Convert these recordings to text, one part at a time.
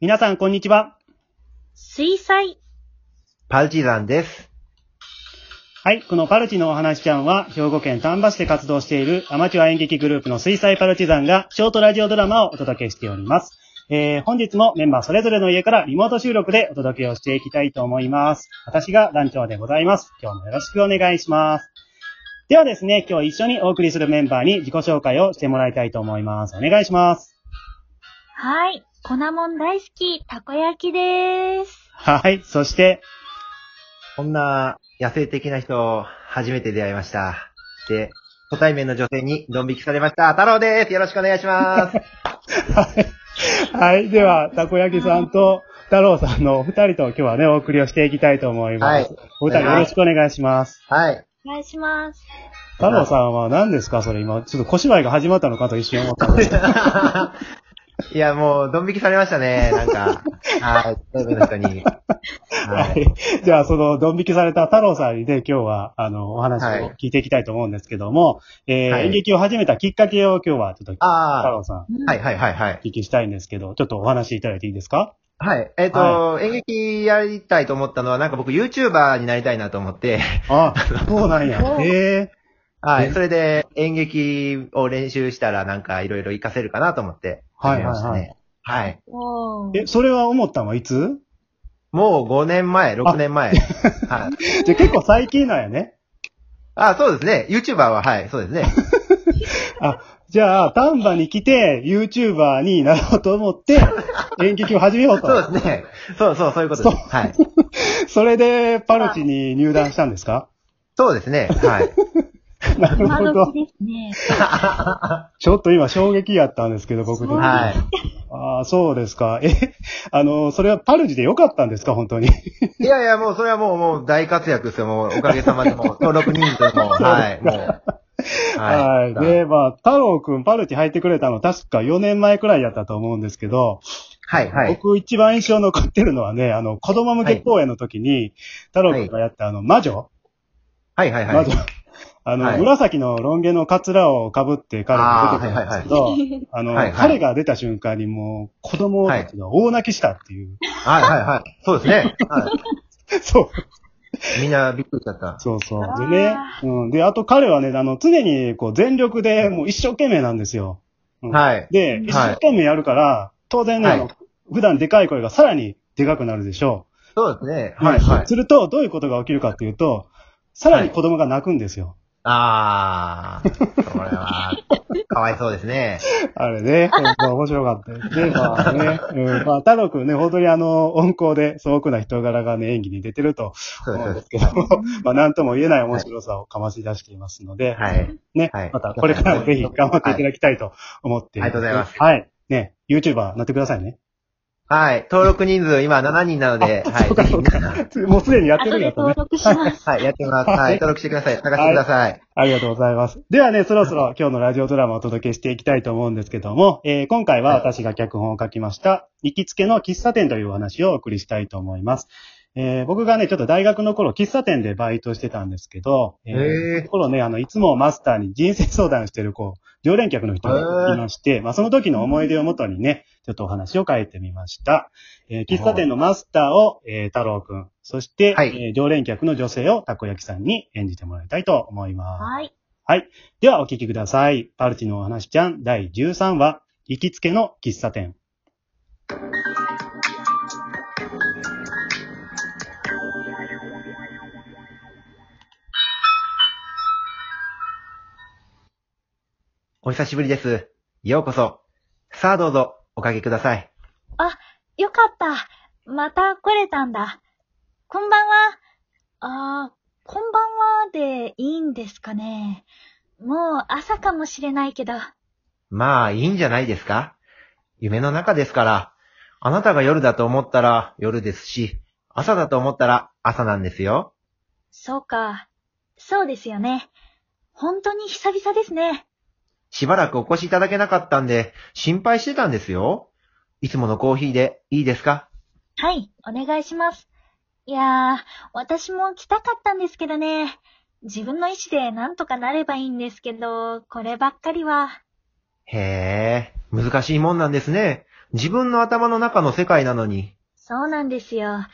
皆さん、こんにちは。水彩。パルチザンです。はい、このパルチのお話ちゃんは、兵庫県丹波市で活動しているアマチュア演劇グループの水彩パルチザンが、ショートラジオドラマをお届けしております。えー、本日もメンバーそれぞれの家からリモート収録でお届けをしていきたいと思います。私が団長でございます。今日もよろしくお願いします。ではですね、今日一緒にお送りするメンバーに自己紹介をしてもらいたいと思います。お願いします。はい。粉もん大好き、たこ焼きでーす。はい、そして、こんな野生的な人、初めて出会いました。で、初対面の女性にドン引きされました。太郎です。よろしくお願いします。はい。はい。では、たこ焼きさんと太郎さんのお二人と今日はね、お送りをしていきたいと思います。はい。お二人よろしくお願いします。はい。お願いします。太郎さんは何ですかそれ今、ちょっと小芝居が始まったのかと一瞬思ったんですけど。い や、もう、ドン引きされましたね。なんか、はい。初対面の人に。ははい。い。 じゃあ、その、ドン引きされた太郎さんにね、今日は、あの、お話を聞いていきたいと思うんですけども、えーはい演劇を始めたきっかけを今日は、ちょっと、太あ郎さん、あ、はいはいはいはいお。聞きしたいんですけど、ちょっとお話しいただいていいですかはい。えっ、と、演劇やりたいと思ったのは、なんか僕 YouTuber になりたいなと思って、あ、そうなんや。おえはえい。それで演劇を練習したらなんかいろいろ活かせるかなと思って始めましたね。はい。おー、え、それは思ったのはいつもう5年前、6 年前。はい。じゃあ結構最近なんやね。あ、そうですね。YouTuber は、はい、そうですね。じゃあ、丹波に来て、YouTuber になろうと思 って、演劇を始めようと。そうですね。そうそう、そういうことです。はい。それで、パルチに入団したんです かそうですね。はい。なる今ほ時ど。ですね。ちょっと今衝撃やったんですけど、僕的に。そうはい。ああ、そうですか。え、あの、それはパルチでよかったんですか本 当に。いやいや、もう、それはもう、もう、大活躍ですよ。もう、おかげさまで もう、登録人数も、はい、もう。はい。で、まあ、太郎くん、パルチ入ってくれたの、確か4年前くらいやったと思うんですけど、はい、はい。僕一番印象残ってるのはね、あの、子供向け公演の時に、太郎くんがやった、あの、魔女はい、はい、はまいず。、あの、はい紫のロン毛のカツラを被って彼が出てくるんですけど、あ,、の、はいはい彼が出た瞬間にもう子供たちが大泣きしたっていう。 はい、はい、はい。そうですね。はそう。い。みんなびっくりしちゃった。そうそう。あでーね、うん。で、あと彼はね、あの、常にこう全力でもう一生懸命なんですよ。 うんはい。で、一生懸命やるから、当然ね、あのは普段でかい声がさらにでかくなるでしょそうですね。う。はい、はい。すると、どういうことが起きるかっていうと、さらに子供が泣くんですよ。あー、これは、かわいそうですね。あれね、ほんと面白かったです。で、まあね、うん、まあ、太郎くんね、本当にあの、温厚で素朴な人柄がね、演技に出てるとそうで思すそうんでうですすけども、 まあ、なんとも言えない面白さをかまし出していますので、はい。ね、はいまたこれからもぜひ頑張っていただきたいと思ってはいありがとうございます。はい。ね、YouTuber なってくださいね。はい。登録人数、今7人なので、はい。そうかぜひそうか。もうすでにやって 後るんでだとね登。録します。はい、やってます。ははいい。登録してください。探してください。ありがとうございます。ではね、そろそ ろ今日のラジオドラマをお届けしていきたいと思うんですけども、えー今回は私が脚本を書きました、行きつけの喫茶店というお話をお送りしたいと思います。えー僕がね、ちょっと大学の頃、喫茶店でバイトしてたんですけど、えーへーその頃ね、あの、いつもマスターに人生相談してる、こう、常連客の人がいまして、まあ、その時の思い出をもとにね、ちょっとお話を書いてみました。えー喫茶店のマスターを、えー太郎くん、そして、はいえー常連客の女性をたこ焼きさんに演じてもらいたいと思います。はい。ではお聞きください。パルチのお話ちゃん第13話、行きつけの喫茶店。お久しぶりです。ようこそ。さあどうぞ、おかけください。よかった。また来れたんだ。こんばんは。あー、こんばんはでいいんですかね。もう朝かもしれないけど。まあ、いいんじゃないですか夢の中ですから。あなたが夜だと思ったら夜ですし、朝だと思ったら朝なんですよ。そうか。そうですよね。本当に久々ですね。しばらくお越しいただけなかったんで、心配してたんですよ。いつものコーヒーでいいですかはい、お願いします。いやー、私も来たかったんですけどね。自分の意思でなんとかなればいいんですけど、こればっかりは。へえ、難しいもんなんですね。自分の頭の中の世界なのに。そうなんですよ。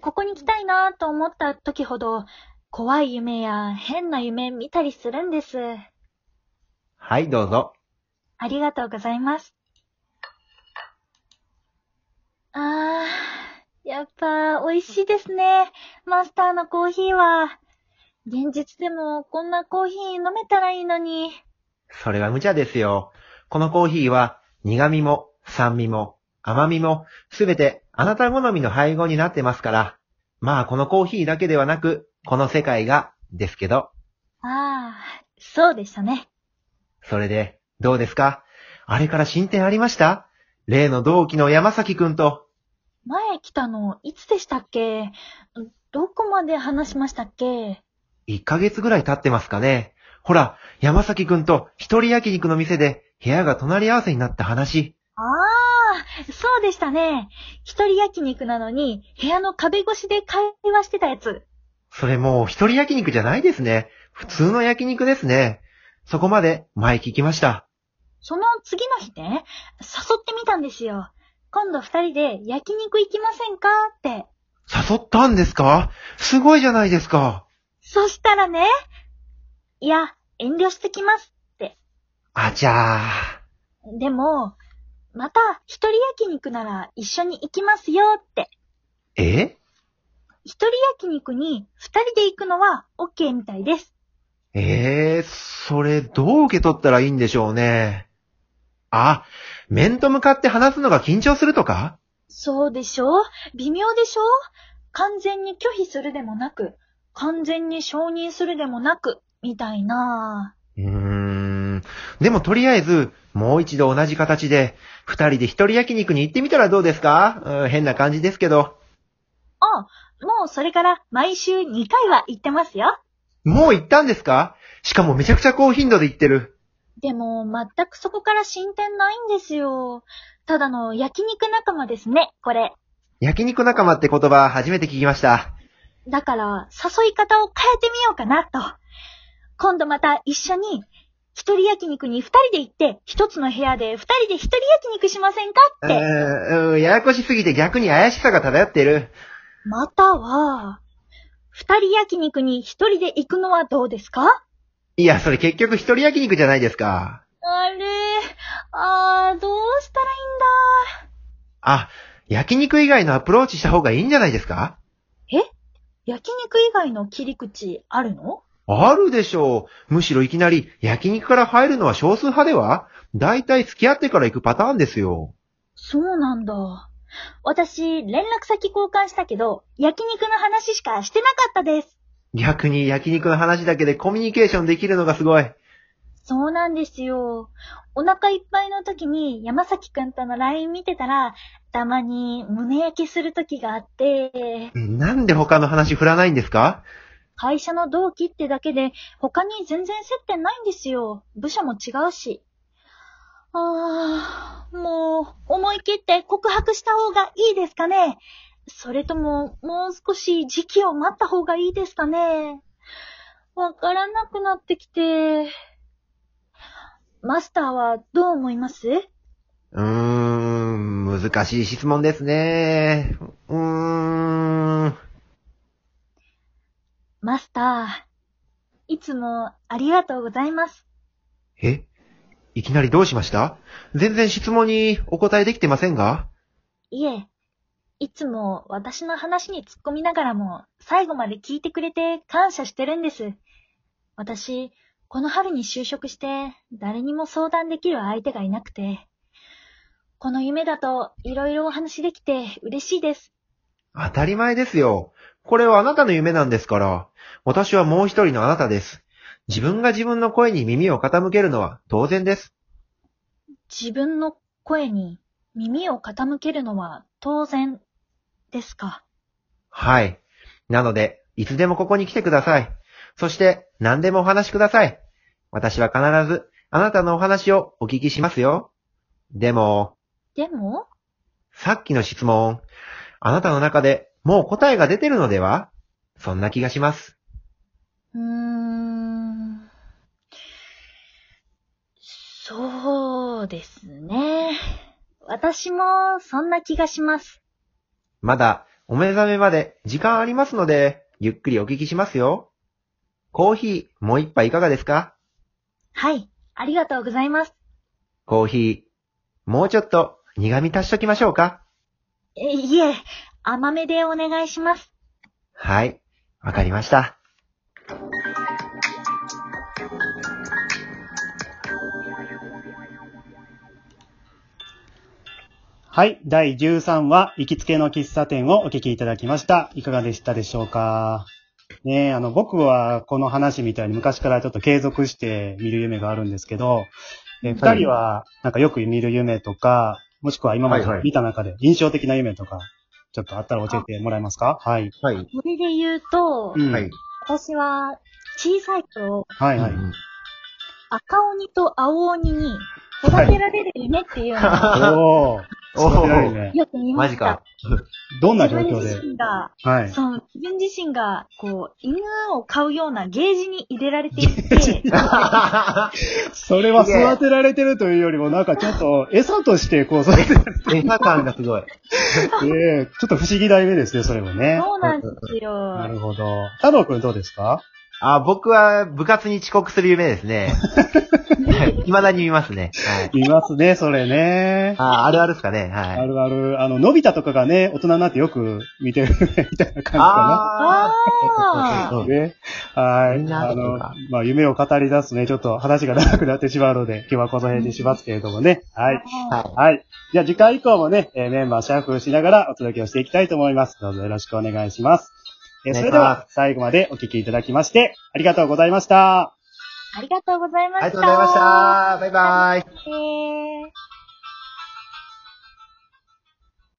ここに来たいなと思った時ほど、怖い夢や変な夢見たりするんです。はい、どうぞ。ありがとうございます。あー、やっぱ美味しいですね。マスターのコーヒーは。現実でもこんなコーヒー飲めたらいいのに。それは無茶ですよ。このコーヒーは苦味も酸味も甘みもすべてあなた好みの配合になってますから。まあこのコーヒーだけではなく、この世界がですけど。あー、そうでしたね。それで、どうですかあれから進展ありました例の同期の山崎くんと。前来たのいつでしたっけどこまで話しましたっけ1ヶ月ぐらい経ってますかね。ほら、山崎くんと一人焼肉の店で部屋が隣り合わせになった話。ああ、そうでしたね。一人焼肉なのに、部屋の壁越しで会話してたやつ。それもう一人焼肉じゃないですね。普通の焼肉ですね。そこまで前聞きました。その次の日ね、誘ってみたんですよ。今度二人で焼肉行きませんかって。誘ったんですかすごいじゃないですか。そしたらね、いや、遠慮してきます。あちゃー。でも、また一人焼肉なら一緒に行きますよって。え一人焼肉に二人で行くのは OK みたいです。えー、それどう受け取ったらいいんでしょうね。あ、面と向かって話すのが緊張するとかそうでしょ微妙でしょ完全に拒否するでもなく、完全に承認するでもなく、みたいな。うーん。でもとりあえず、もう一度同じ形で、二人で一人焼肉に行ってみたらどうですかうん変な感じですけど。あ、もうそれから毎週2回は行ってますよ。もう行ったんですかしかもめちゃくちゃ高頻度で行ってる。でも、全くそこから進展ないんですよ。ただの焼肉仲間ですね、これ。焼肉仲間って言葉初めて聞きました。だから、誘い方を変えてみようかな、と。今度また一緒に、一人焼肉に二人で行って、一つの部屋で二人で一人焼肉しませんかうって。ーんうん、ややこしすぎて逆に怪しさが漂ってる。または、二人焼肉に一人で行くのはどうですかいや、それ結局一人焼肉じゃないですか。あれ、あー、どうしたらいいんだ。あ、焼肉以外のアプローチした方がいいんじゃないですか焼肉以外の切り口あるのあるでしょう。むしろいきなり焼肉から入るのは少数派ではだいたい付き合ってから行くパターンですよ。そうなんだ。私、連絡先交換したけど、焼肉の話しかしてなかったです。逆に焼肉の話だけでコミュニケーションできるのがすごい。そうなんですよ。お腹いっぱいの時に山崎くんとの LINE 見てたら、たまに胸焼けする時があって、なんで他の話振らないんですか会社の同期ってだけで、他に全然接点ないんですよ。部署も違うし。ああ、もう、思い切って告白した方がいいですかねそれとも、もう少し時期を待った方がいいですかねわからなくなってきて。マスターはどう思いますうーん、難しい質問ですね。うーん。マスター、いつもありがとうございます。えいきなりどうしました全然質問にお答えできてませんがいえ、いつも私の話に突っ込みながらも最後まで聞いてくれて感謝してるんです。私、この春に就職して誰にも相談できる相手がいなくて、この夢だといろいろお話できて嬉しいです。当たり前ですよ。これはあなたの夢なんですから。私はもう一人のあなたです。自分が自分の声に耳を傾けるのは当然です。自分の声に耳を傾けるのは当然ですか。はい。なので、いつでもここに来てください。そして、何でもお話しください。私は必ず、あなたのお話をお聞きしますよ。でも、でも、さっきの質問、あなたの中でもう答えが出てるのではそんな気がします。うーん、そうですね。私もそんな気がします。まだお目覚めまで時間ありますので、ゆっくりお聞きしますよ。コーヒーもう一杯いかがですかはい、ありがとうございます。コーヒー、もうちょっと苦味足しときましょうかえいえ、甘めでお願いします。はい、わかりました。はい。第13話、行きつけの喫茶店をお聞きいただきました。いかがでしたでしょうかねえ、あの、僕はこの話みたいに昔からちょっと継続して見る夢があるんですけど、えは二い人はなんかよく見る夢とか、もしくは今まではいはい見た中で印象的な夢とか、ちょっとあったら教えてもらえますかはい。はい。これで言うと、うんはい。私は小さい頃、はいはい。赤鬼と青鬼に育てられる夢っていうのをおー。お育てられるー、ねよく見まマしジ たか。。どんな自状分況自で身が、はい。そう、自分自身が、こう、犬を飼うようなゲージに入れられていて、 それは育てられてるというよりも、なんかちょっと餌としてこう育てら餌感がすごい。れて、ちょっと不思議な夢ですね、それもね。そうなんですよ。なるほど。太郎くんどうですかあ、僕は部活に遅刻する夢ですね。はい未だに見ますね。はい。いますね、それね。あ、あるあるですかね。あはい。るある。あの、のび太とかがね、大人になってよく見てるみたいな感じかああああな。ね。はみい。んなあのとか、まあ、夢を語り出すとね、ちょっと話が長くなってしまうので、今日はこの辺にしますけれどもね。はい。ははい。じゃあ次回以降もね、えーメンバーシャッフルしながらお届けをしていきたいと思います。どうぞよろしくお願いします。えーお願いしますそれでは最後までお聞きいただきまして、ありがとうございました。ありがとうございまい。あした。りがとうございました。バイバイ。えー